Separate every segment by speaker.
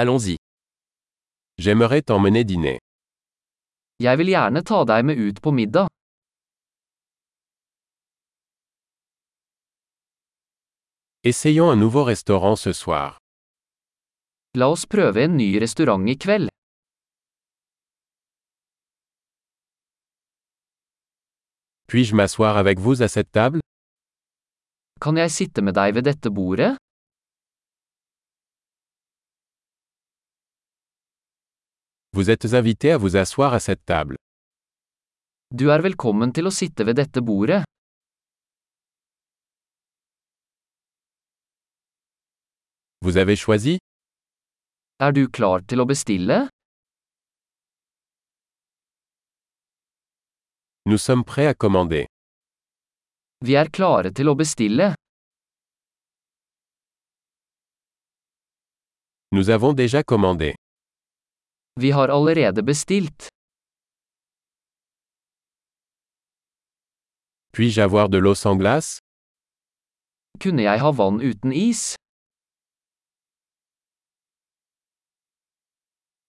Speaker 1: Allons-y. J'aimerais t'emmener dîner.
Speaker 2: Jeg vil gjerne ta deg med ut på middag.
Speaker 1: Essayons un nouveau restaurant ce soir.
Speaker 2: La oss prøve en ny restaurant i kveld.
Speaker 1: Puis-je m'asseoir avec vous à cette table
Speaker 2: Kan jeg sitte med deg ved dette bordet?
Speaker 1: Vous êtes invité à vous asseoir à cette table.
Speaker 2: Du er velkommen til å sitte ved dette bordet.
Speaker 1: Vous avez choisi
Speaker 2: Er du klar til å bestille?
Speaker 1: Nous sommes prêts à commander.
Speaker 2: Vi er klare til å bestille.
Speaker 1: Nous avons déjà commandé.
Speaker 2: Vi har allerede bestilt.
Speaker 1: Puis-je avoir de l'eau sans glace
Speaker 2: Kunne jeg ha vann uten is?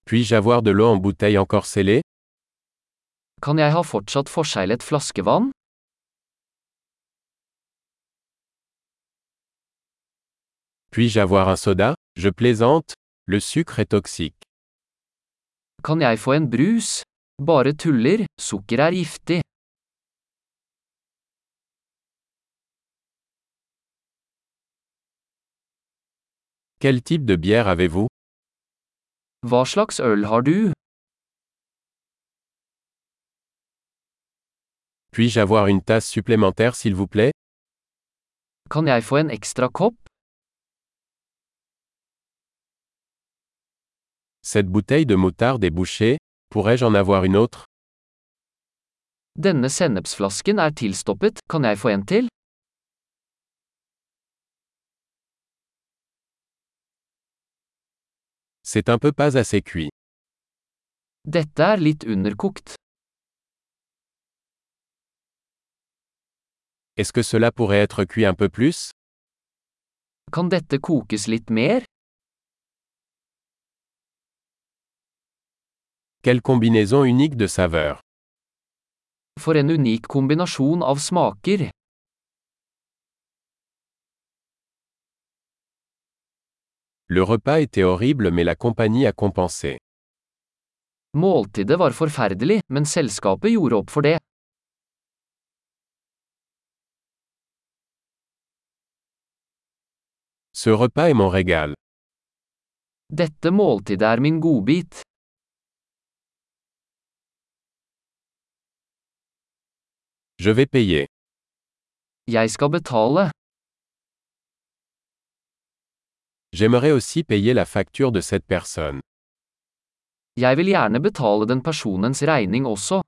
Speaker 1: Puis-je avoir de l'eau en bouteille encore scellée
Speaker 2: Kan jeg ha fortsatt forseglet flaskevann?
Speaker 1: Puis-je avoir un soda Je plaisante. Le sucre est toxique.
Speaker 2: Kan jeg få en brus? Bare tuller, sukker er giftig.
Speaker 1: Quel type de bière avez-vous
Speaker 2: Hva slags øl har du?
Speaker 1: Puis-je avoir une tasse supplémentaire s'il vous plaît
Speaker 2: Kan jeg få en ekstra kopp?
Speaker 1: Cette bouteille de moutarde est bouchée. Pourrais-je en avoir une autre
Speaker 2: Denne sennepsflasken er tilstoppet, kan jeg få en til?
Speaker 1: C'est un peu pas assez cuit.
Speaker 2: Dette er litt underkokt.
Speaker 1: Est-ce que cela pourrait être cuit un peu plus
Speaker 2: Kan dette kokes litt mer?
Speaker 1: Quelle combinaison unique de saveurs.
Speaker 2: For en unik kombinasjon av smaker.
Speaker 1: Le repas était horrible mais la compagnie a compensé.
Speaker 2: Måltidet var forferdelig, men selskapet gjorde opp for det.
Speaker 1: Ce repas est mon régal.
Speaker 2: Dette måltidet er min godbit.
Speaker 1: Je vais payer.
Speaker 2: Jeg skal betale.
Speaker 1: J'aimerais aussi payer la facture de cette personne.
Speaker 2: Jeg vil gjerne betale den personens regning også.